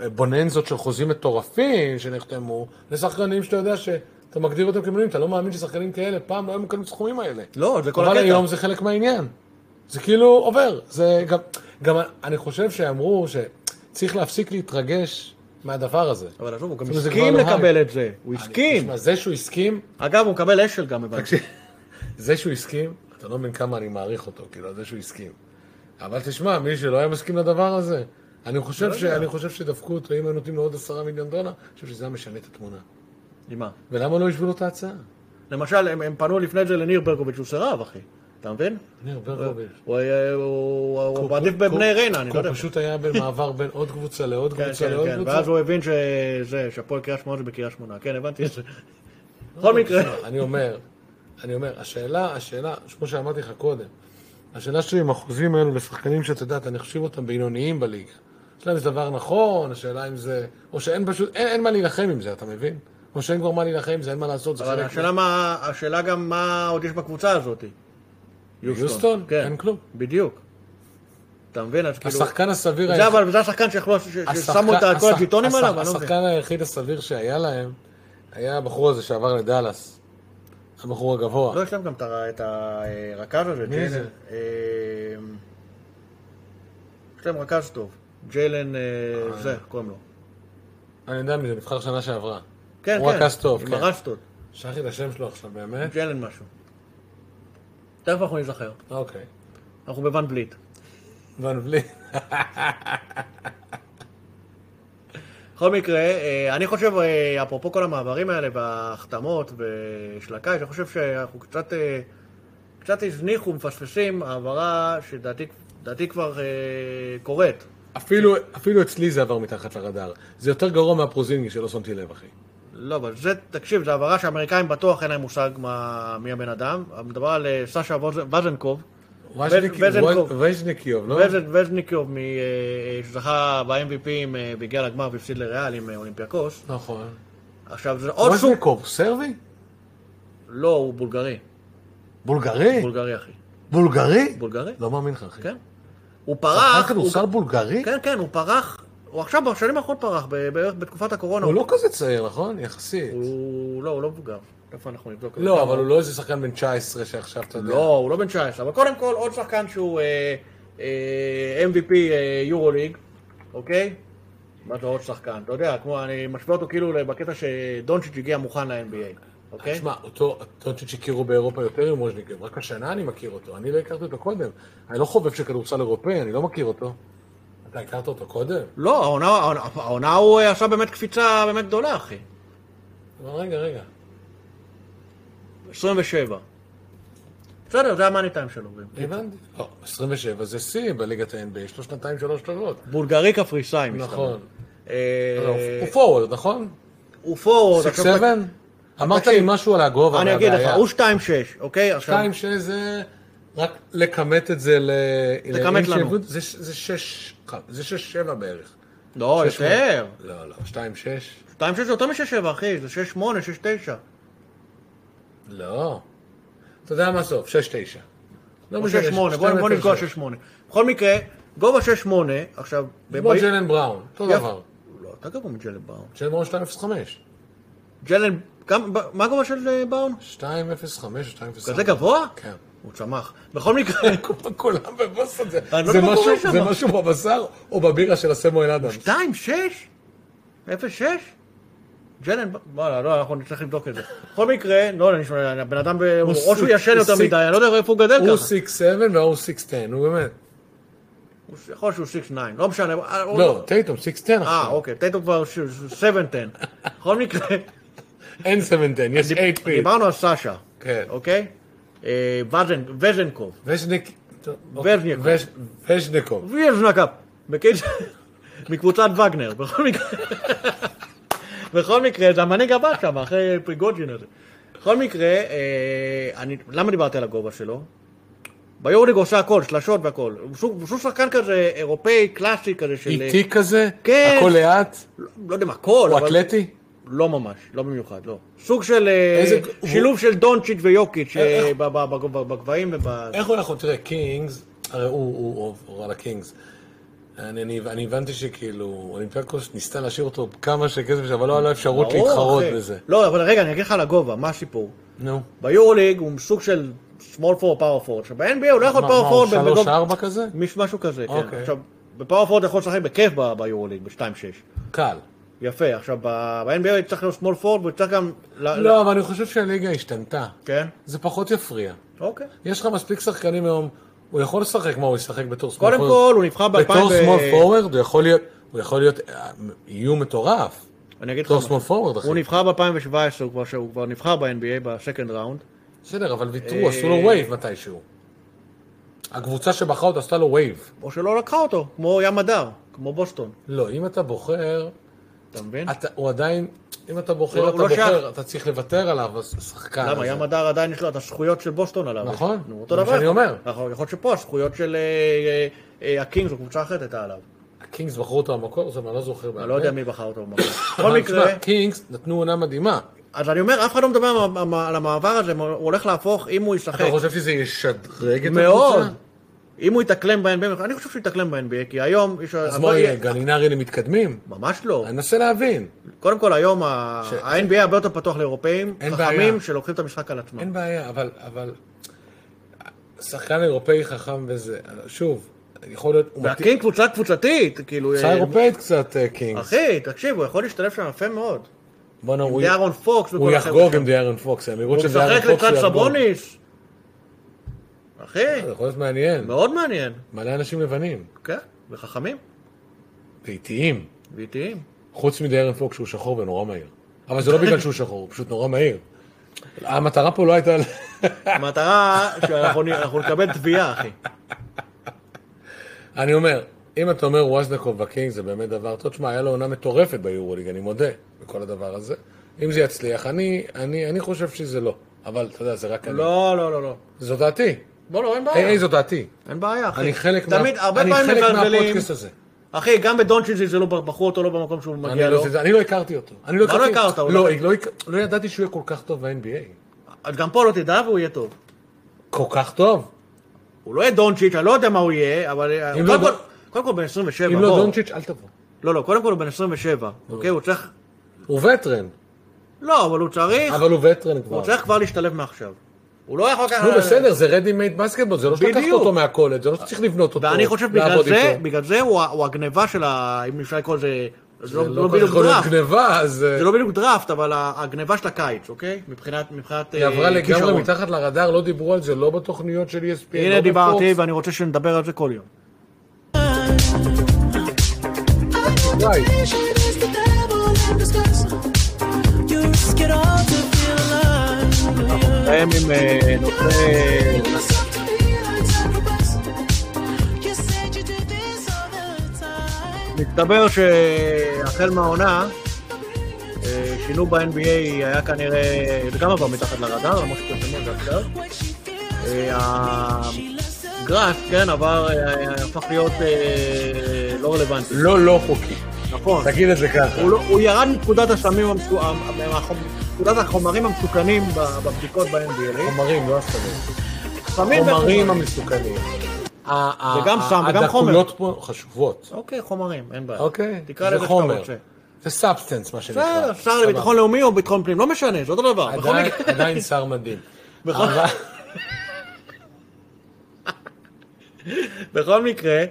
אה, בוננזות של חוזים מטורפים שנחתמו לשחקנים שאתה יודע שאתה מגדיר אותם כמילואים, אתה לא מאמין ששחקנים כאלה פעם לא היו מקבלים את הסכומים האלה.
לא, זה כל
אבל
הקטע.
היום זה חלק מהעניין. זה כאילו עובר. זה גם, גם אני חושב שאמרו שצריך להפסיק להתרגש מהדבר הזה.
אבל עזוב, הוא גם
זה
הסכים
כבר לא
לקבל את זה. הוא הסכים.
תשמע, זה שהוא הסכים,
אגב, הוא מקבל אשל גם, הבנתי.
תקשיב, זה שהוא הסכים, אתה לא מבין כמה אני מעריך אותו, כאילו, זה שהוא הסכים. אבל תשמע, מי שלא היה מסכים לדבר הזה, אני חושב,
לא
ש...
יודע.
אני חושב שדפקו אותו, אם היו נותנים לו עוד עשרה מיליון דולר, אני חושב שזה היה משנה את התמונה.
עם מה?
ולמה לא השוו לו את ההצעה?
למשל, הם, הם פנו לפני זה לניר ברקוביץ', הוא סירב, אחי. אתה מבין?
ניר ברקוביץ'.
הוא היה- הוא- הוא לא. הוא
הוא-
מעדיף
הוא-
בבני ריינה, אני
הוא
לא יודע.
פשוט היה במעבר בין עוד קבוצה לעוד
כן,
קבוצה
כן,
לעוד
כן,
קבוצה.
ואז הוא הבין שזה, שהפועל קריית שמונה זה בקריית שמונה. כן, הבנתי את זה.
לא
בכל מקרה,
אני אומר, אני אומר, השאלה, השאלה, כמו שאמרתי לך קודם, השאלה שלי עם החוזים האלו לשחקנים שאת יודעת, אני חושב אותם בינוניים בליגה. השאלה אם זה דבר נכון, השאלה אם זה... או שאין פשוט, אין, אין מה להילחם עם זה, אתה מבין? או שאין כבר מה להילחם עם זה, אין מה לעשות, זה
אבל
חלק...
השאלה מה- השאלה גם מה עוד יש בקבוצה הזאת.
יוסטון?
כן.
אין כלום.
בדיוק. אתה מבין? אז כאילו...
השחקן הסביר...
זה אבל זה השחקן שיכלו, ש- ששמו את כל
השח-
הפיתונים
השח-
עליו, אני לא מבין.
השחקן היחיד הסביר שהיה להם, היה הבחור הזה שעבר לדאלאס. הבחור הגבוה.
לא, יש להם גם את ה- את הרכז הזה.
מי
ג'יילן,
זה?
אה, יש להם רכז טוב. ג'יילן, אה, זה, קוראים לו.
אני יודע מי זה, נבחר שנה שעברה.
כן,
הוא
כן.
רכז טוב,
עם כן.
כן.
הרסטות.
שכחתי את השם שלו עכשיו, באמת?
ג'יילן משהו. תכף אנחנו נזכר.
אוקיי.
אנחנו בוואן בליט.
ון בלי.
בכל מקרה, אה, אני חושב, אה, אפרופו כל המעברים האלה וההחתמות ושל הקיץ, אני חושב שאנחנו קצת, אה, קצת הזניחו, מפספסים העברה שלדעתי לדעתי כבר אה, קורית.
אפילו, אפילו אצלי זה עבר מתחת לרדאר. זה יותר גרוע מהפרוזינגי שלא שמתי לב, אחי.
לא, אבל זה, תקשיב, זו העברה שהאמריקאים בטוח אין להם מושג מה, מי הבן אדם. מדבר על אה, סשה ווז- וזנקוב,
וז'ניקיוב,
וזנקוב.
וז'ניקיוב, לא?
וז- וזניקוב, מ- אה, אה, שזכה ב-MVP עם, אה, והגיע לגמר והפסיד לריאל עם אה, אולימפיאקוס.
נכון.
עכשיו, זה עוד סוג...
וז'ניקוב, סרבי?
לא, הוא בולגרי.
בולגרי?
בולגרי, אחי.
בולגרי?
בולגרי?
לא מאמין לך, אחי.
כן. הוא
שחקן
פרח, הוא-
כדורסל בולגרי?
כן, כן, הוא פרח, הוא עכשיו בשנים האחרונות פרח, ב- בערך בתקופת הקורונה.
הוא לא כזה צעיר, נכון? יחסית.
הוא לא, הוא לא מבוגר. איפה אנחנו נבדוק את זה?
לא, אבל הוא לא איזה שחקן בן 19 שעכשיו אתה יודע.
לא, הוא לא בן 19, אבל קודם כל עוד שחקן שהוא אה, אה, MVP אה, יורוליג, אוקיי? מה זה עוד שחקן? אתה יודע, כמו, אני משווה אותו כאילו בקטע שדונצ'יץ' הגיע מוכן ל-NBA, אוקיי?
תשמע, אותו טונצ'יץ' הכירו באירופה יותר עם ווז'ניקיוב, רק השנה אני מכיר אותו, אני לא הכרתי אותו קודם. אני לא חובב של כדורסל אירופאי, אני לא מכיר אותו. אתה הכרת אותו קודם?
לא, העונה- העונה- העונה הוא אה, עשה באמת קפיצה באמת גדולה, אחי.
אבל רגע, רגע.
27. בסדר, זה המאני טיים שלו.
הבנתי. לא, 27 זה שיא בליגת ה-NBA, יש לו שנתיים שלוש טובות.
בולגרי קפריסאי, מסתבר.
נכון.
אה,
לא, הוא פורוורד, נכון?
הוא פורוורד.
6-7?
עכשיו,
אמרת לי
תקשיב,
משהו על הגובה
אני אגיד לך, הוא 2-6, אוקיי? עכשיו,
2 שזה, רק לכמת את זה ל...
תכמת לנו.
לאינשיבות, זה ש- זה 6 זה 6-7 בערך.
לא,
שש,
יותר.
לא, לא, 2-6.
2-6 זה יותר מ-6-7, אחי, זה 6-8, 6-9.
לא. אתה יודע מה סוף? 6-9. לא
או
משנה,
6-8,
שתיים
בוא- בוא
יותר
נפגוע
שש.
6-8. בכל מקרה, גובה 6-8, עכשיו...
כמו
בב-
ג'לן בראון, אותו
יפ-
דבר.
לא, אתה גבוה מג'לן באון.
ג'לן בראון 2.05.
ג'לן, גם- ב- מה הגובה של אה, באון?
2.05 או 2.05.
כזה גבוה?
כן.
הוא צמח. בכל מקרה,
קופה קולה בבוסטון זה.
אני לא
זה
יודע מה
משהו-
קורה שם.
זה משהו בבשר או בבירה של הסמואל אדם.
2-6? 0-6? ג'לן, ב- וואלה, לא, אנחנו נצטרך לבדוק את זה. בכל מקרה, לא, אני שומע, הבן אדם, ב- הוא- או שהוא
סיק-
ישן
הוא
יותר
סיק.
מדי, אני לא יודע איפה הוא גדל ככה.
הוא 6.7 והוא 6.10, הוא באמת.
הוא- יכול להיות שהוא 6-9, לא משנה. אה, הוא-
לא, טייטום 6.10
אה,
עכשיו.
אוקיי, טייטום כבר 7-10. בכל מקרה,
אין 7.10, יש 8 פיט.
דיברנו על סאשה,
כן.
אוקיי? אה, וזן- וזנקוב,
וז'ניק...
וז'ניקוב.
וז'- וז'ניקוב.
ויזנקוב, בקיצור, מקבוצת וגנר, בכל מקרה. בכל מקרה, זה המנהיג הבא שם, אחרי פריגוג'ין הזה. בכל מקרה, אה, אני- למה דיברתי על הגובה שלו? ביורליג הוא עושה הכל, שלשות והכל. הוא סוג הוא סוג שחקן כזה אירופאי קלאסי כזה של...
איטי כזה?
כן.
הכל לאט?
לא לא יודע אם הכל,
הוא
אבל...
אתלטי?
לא ממש, לא במיוחד, לא. סוג של אה,
איזה-
שילוב של דונצ'יץ' ויוקיץ' אה,
איך-
ב- ב- ב- ב- בגבהים וב...
איך הוא נכון? תראה, קינגס, הרי הוא- הוא הוא- הוא על הקינגס. אני, אני, אני הבנתי שכאילו, אולימפיאקוס ניסתה להשאיר אותו כמה שכסף, אבל לא היה לו אפשרות
ברור,
להתחרות
אחי.
בזה.
לא, אבל רגע, אני אגיד לך על הגובה, מה הסיפור?
נו.
ביורוליג הוא סוג של small for power forward. עכשיו ב-NBA הוא לא יכול
מה, מה,
power
הוא
forward
שלוש ארבע כזה?
מיש- משהו כזה, כן.
אוקיי.
עכשיו, בפאור פורד יכול לשחק בכיף ב- ביורוליג, ב-2-6.
קל.
יפה, עכשיו ב- ב-NBA הוא צריך להיות small forward, והוא צריך גם... ל-
לא, אבל אני חושב שהליגה השתנתה.
כן?
זה פחות יפריע.
אוקיי.
יש לך מספיק שחקנים היום, הוא יכול לשחק, מה הוא ישחק בתור small
קודם
forward?
כל, הוא נבחר ב-2000...
בתור small forward הוא יכול להיות, הוא יכול להיות אה, איום מטורף.
אני אגיד לך
בתור
משהו.
לא small forward,
הוא
אחי.
נבחר ב-2017, הוא כבר- שהוא כבר נבחר ב-NBA, בסקנד ראונד.
בסדר, אבל
אה,
ויתרו, עשו לו וייב מתישהו. הקבוצה שבחרה אותו עשתה לו וייב.
או שלא לקחה אותו, כמו ים הדר, כמו בוסטון,
לא, אם אתה בוחר,
אתה מבין?
אתה, הוא עדיין, אם אתה בוחר,
כן. הוא
אתה
לא
בוחר,
שייך.
אתה צריך לוותר עליו, אז השחקן הזה.
למה? ים הדר עדיין יש לו את הזכויות של בוסטון עליו.
נכון,
נו, אותו
זה מה
דבר.
שאני אומר.
נכון, יכול להיות שפה הזכויות של אה, אה, אה, הקינגס או קבוצה אחרת הייתה עליו.
הקינגס בחרו אותו במקור, זה אני לא זוכר.
אני
בעל
לא יודע
פה.
מי בחר אותו במקום. בכל
אבל
מקרה,
תשמע, קינגס נתנו עונה מדהימה.
אז אני אומר, אף אחד לא מדבר על המ- על המעבר הזה, הוא הולך להפוך, אם הוא ישחק.
אתה חושב שזה ישדרג את הקבוצה?
מאוד. אם הוא יתאקלם ב-NBA, אני חושב שהוא יתאקלם ב-NBA, כי היום יש... לא
אז מה יהיה, גלינרי למתקדמים?
ממש לא.
אני מנסה להבין.
קודם כל, היום ה-
ש-
ה-NBA הרבה יותר פתוח לאירופאים,
אין בעיה.
חכמים שלוקחים את המשחק על עצמם.
אין בעיה, אבל, אבל... שחקן אירופאי חכם וזה, שוב, יכול להיות... הוא מתאים-
והקינג קבוצה קבוצתית, כאילו...
קבוצה
אה,
אירופאית קצת, אה, קינגס.
אחי, תקשיב, הוא יכול להשתלב שם יפה מאוד.
בוא'נה, הוא-
עם דיארון פוקס
הוא
וכל
יחגוג עם דיארון פוקס, האמירות
הוא
של דיארון
משחק
פוקס
לצד
הוא יחגוג.
סבוניס. אחי,
זה יכול להיות מעניין.
מאוד מעניין.
מלא אנשים לבנים,
כן, וחכמים,
ואיטיים.
ואיטיים.
חוץ מדיארן פוקס שהוא שחור ונורא מהיר. אבל זה לא בגלל שהוא שחור, הוא פשוט נורא מהיר. המטרה פה לא הייתה...
המטרה שאנחנו נ- אנחנו נקבל תביעה, אחי.
אני אומר, אם אתה אומר וואזנקוב בקינג זה באמת דבר טוב, תשמע, היה לו עונה מטורפת ביורוליג, אני מודה בכל הדבר הזה. אם זה יצליח, אני, אני, אני חושב שזה לא. אבל אתה יודע, זה רק אני.
לא, לא, לא, לא.
זו דעתי.
בוא, לא, אין
היי, היי,
בעיה.
זו דעתי.
אין בעיה, אחי.
אני חלק, מה-
תמיד, הרבה
אני
פעמים
חלק
מבלבלים.
מהפודקאסט הזה.
אחי, גם בדונצ'יזי זה לא בחרו אותו לא במקום שהוא
אני
מגיע
לא,
לו.
זה- אני לא הכרתי אותו. אני לא
מה לא
הכרתי-
הכרת? הוא
לא,
לא-
לא הכ- לא ידעתי שהוא יהיה כל כך טוב ב-NBA.
אז גם פה לא תדע והוא יהיה טוב.
כל כך טוב?
הוא לא יהיה דונצ'יץ', אני לא יודע מה הוא יהיה, אבל... אה,
אם
קודם
לא-
כל- קודם כל בן 27,
אם לא
בוא.
דונצ'יץ', לא. אל תבוא.
לא, לא, קודם כל הוא בן 27, אוקיי? הוא צריך...
הוא וטרן,
לא, אבל הוא צריך...
אבל הוא וטרן כבר.
הוא צריך כבר להשתלב מעכשיו. הוא לא יכול ככה...
נו בסדר, זה רדי מייט בסקטבול, זה לא שלקחת
בדיוק.
אותו מהקולג', זה לא שצריך לבנות אותו,
ואני חושב בגלל
לעבוד
זה,
איתו.
בגלל זה הוא ה- הוא הגניבה של ה... אם אפשר לקרוא לזה... זה
זה
לא לא
כל כך
בדיוק
יכול להיות
דראפט,
גניבה, אז אה,
זה לא בדיוק דראפט, אבל ה- הגניבה של הקיץ, אוקיי? מבחינת... מבחינת...
היא
אה,
עברה לגמרי
כישרון.
מתחת לרדאר, לא דיברו על זה, לא בתוכניות של ESPN, לא
הנה דיברתי,
בפוקס.
ואני רוצה שנדבר על זה כל יום.
וואי,
נסיים עם אה, נושא... מסתבר שהחל מהעונה, אה, שינו ב-NBA היה כנראה, זה גם עבר מתחת לרדאר, למרות שפרסמו את זה עכשיו. אה, הגראס, כן, עבר, אה, הפך להיות אה, לא רלוונטי.
לא לא חוקי,
נכון.
תגיד את זה ככה.
הוא לא- הוא ירד מפקודת הסמים, המסו- המ- מהחומ- מפקודת החומרים המסוכנים ב- בבדיקות ב-NBA.
חומרים, לא הסמים.
סמים
חומרים
וחומרים.
המסוכנים. זה
גם סם וגם חומר.
הדקויות פה חשובות,
אוקיי, חומרים, אין בעיה.
אוקיי?
תקרא לזה
זה
שאתה
חומר.
רוצה.
זה סאבסטנס, מה שנקרא.
בסדר, שר
סבבה.
לביטחון לאומי או ביטחון פנים, לא משנה, זה אותו דבר. בכל
עדיין-
מקרה-
עדיין שר מדהים.
בכל-
אבל-
בכל מקרה,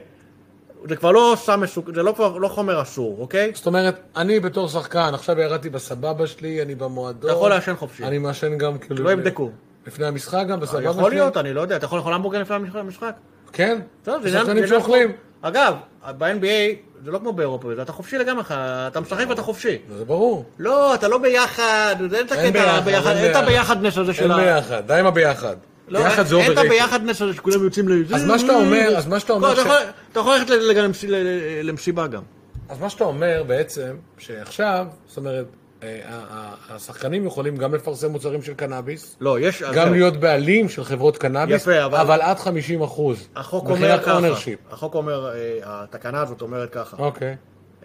זה כבר לא סם מסוכן, זה לא, כבר- לא חומר אסור, אוקיי?
זאת אומרת, אני בתור שחקן, עכשיו ירדתי בסבבה שלי, אני במועדון.
אתה יכול לעשן חופשי.
אני מעשן גם כאילו...
לא יבדקו.
לפני המשחק גם, בסבבה שלי.
יכול להיות, אני לא יודע, אתה יכול לאכול המבורגר לפני המשחק?
כן.
טוב, זה
יש
עניין-
שחקנים
זה עניין-
שאוכלים.
אגב, ב-NBA זה לא כמו באירופה, זה אתה חופשי לגמרי, אתה- אתה משחק ואתה חופשי.
זה ברור.
לא, אתה לא ביחד, זה אין את
אין
הקטע
ביחד,
ביחד,
אין
אין את
ביחד.
הביחדנס הזה
אין
של ה...
ביחד, די עם הביחד.
לא,
ביחד זה
אין את
אובררייטד.
הביחדנס הזה שכולם יוצאים ל...
אז מה שאתה אומר, אז מה שאתה אומר
לא, אתה
ש-
יכול- אתה יכול ללכת ל- ל- למס- ל- ל- למסיבה גם.
אז מה שאתה אומר בעצם, שעכשיו, זאת אומרת, אה, ה- ה- השחקנים יכולים גם לפרסם מוצרים של קנאביס,
לא, יש...
גם
זהו.
להיות בעלים של חברות קנאביס,
יפה, אבל-
אבל עד 50 אחוז.
החוק אומר ככה,
ownership.
החוק אומר, אה, התקנה הזאת אומרת ככה,
אוקיי.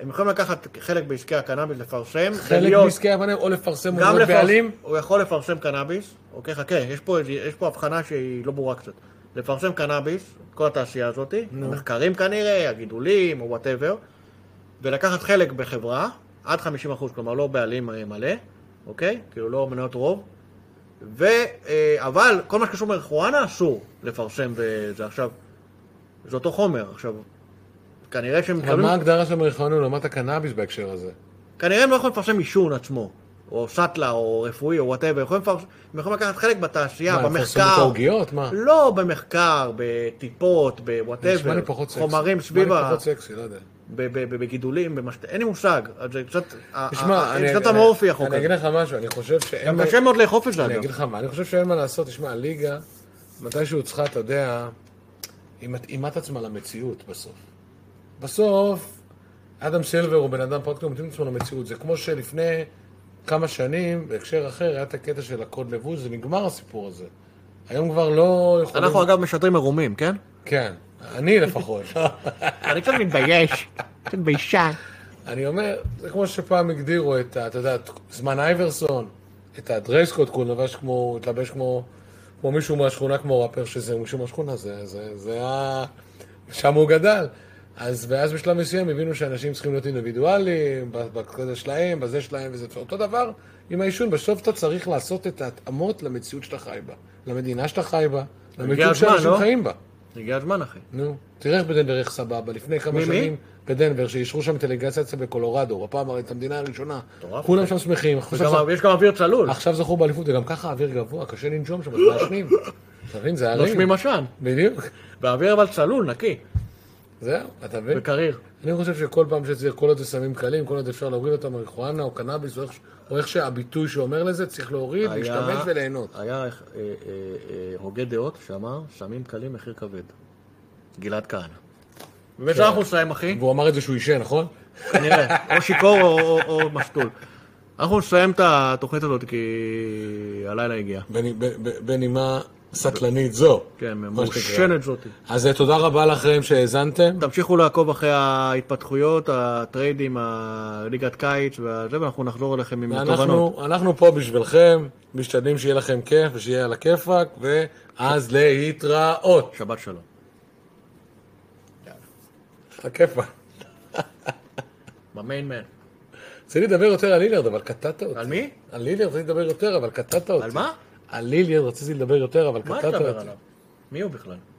הם יכולים לקחת חלק בעסקי הקנאביס, לפרסם,
חלק
ולהיות-
מעסקי הבנים, או לפרסם
גם
מוזיאות בעלים.
לפרסם, הוא יכול לפרסם קנאביס, אוקיי, חכה, יש פה, איזה- יש פה הבחנה שהיא לא ברורה קצת, לפרסם קנאביס, כל התעשייה הזאת, המחקרים כנראה, הגידולים, או וואטאבר, ולקחת חלק בחברה, עד 50%, כלומר לא בעלים אה, מלא, אוקיי? כאילו לא מניות רוב. ו... אה, אבל כל מה שקשור מריחואנה אסור לפרסם וזה עכשיו, זה אותו חומר, עכשיו, כנראה שהם
אבל מה
מקבלים,
ההגדרה של מריחואנה לעומת הקנאביס בהקשר הזה?
כנראה הם לא יכולים לפרסם עישון עצמו, או סאטלה, או רפואי, או וואטאבר, יכולים לפרש- הם יכולים לקחת חלק בתעשייה,
מה, יפרסמו את
במחקר.
העוגיות? מה?
לא במחקר, בטיפות,
נשמע לי
בוואטאבר,
פחות סקסי.
חומרים
נשמע לי
סביב ה...
פחות סקסי, לא יודע.
ב- ב- ב- בגידולים, במשת... אין לי מושג. אז זה קצת...
תשמע,
אני...
אני-
קצת אמורפי החוק
אני
הזה.
אגיד לך משהו, אני חושב שאין...
גם
מה-
קשה מאוד לאכוף את זה,
אני
אגב.
אגיד לך מה, אני חושב שאין מה לעשות, תשמע, הליגה, מתישהו צריכה, אתה יודע, היא מתאימה את עצמה למציאות בסוף. בסוף, אדם סילבר הוא בן אדם פרקטי, הוא מתאים את עצמו למציאות. זה כמו שלפני כמה שנים, בהקשר אחר, היה את הקטע של הקוד לבוש, זה נגמר הסיפור הזה. היום כבר לא יכולים...
אנחנו אגב משדרים עירומים, כן?
כן, אני לפחות.
אני קצת מתבייש. קצת ביישן.
אני אומר, זה כמו שפעם הגדירו את, ה- אתה יודע, את זמן אייברסון, את הדרייסקוט, הוא לבש כמו, הוא התלבש כמו, כמו מישהו מהשכונה, כמו ראפר שזה מישהו מהשכונה, זה, זה, זה ה... שם הוא גדל. אז, ואז בשלב מסוים הבינו שאנשים צריכים להיות אינדיבידואלים, ב- בכזה שלהם, בזה שלהם, וזה אותו דבר עם העישון. בסוף אתה צריך לעשות את ההתאמות למציאות שאתה חי בה, למדינה שאתה חי בה, למציאות
הזמן,
שאנשים
לא?
חיים בה.
הגיע הזמן, אחי.
נו, תראה איך בדנבר איך סבבה, לפני כמה
מי, מי?
שנים, בדנבר, שאישרו שם טלגציה בקולורדו, בפעם הרי את המדינה הראשונה,
מטורף.
כולם שם שמחים,
יש
עכשיו
גם-
זכו-
יש גם אוויר צלול.
עכשיו זכו באליפות, וגם ככה האוויר גבוה, קשה לנשום שם, אז מעשנים, אתה מבין, זה הרים,
נושמים עשן.
בדיוק,
באוויר אבל צלול, נקי.
זהו, אתה מבין,
בקריר.
אני חושב שכל פעם שזה, כל עוד זה סמים קלים, כל עוד אפשר להוריד אותם מריחואנה או קנאביס, או איך- או איך שהביטוי שאומר לזה, צריך להוריד,
היה-
להשתמש וליהנות,
היה אה, אה, אה, הוגה דעות שאמר, סמים קלים, מחיר כבד. גלעד כהנא. ובזה אנחנו נסיים, אחי.
והוא אמר את זה שהוא עישן, נכון?
כנראה, או שיכור או- או- או משתול. אנחנו נסיים את התוכנית הזאת כי הלילה הגיע.
בני- ב- ב- בנימה סטלנית זו,
כן,
מה שנקרא.
מורשנת זאתי.
אז אה, תודה רבה לכם שהאזנתם.
תמשיכו לעקוב אחרי ההתפתחויות, הטריידים, הליגת קיץ וזה, ואנחנו נחזור אליכם עם התובנות.
אנחנו, אנחנו פה בשבילכם, משתדלים שיהיה לכם כיף ושיהיה על הכיפאק, ואז להתראות.
שבת שלום.
הכיפאק.
במיין מן.
רציתי לדבר יותר על לילרד, אבל קטעת אותי.
על מי?
על לילרד רציתי לדבר יותר, אבל קטעת אותי.
על מה?
על לילרד רציתי לדבר יותר, אבל
מה
קטעת
אתה מדבר
אותי.
עליו? מי הוא בכלל?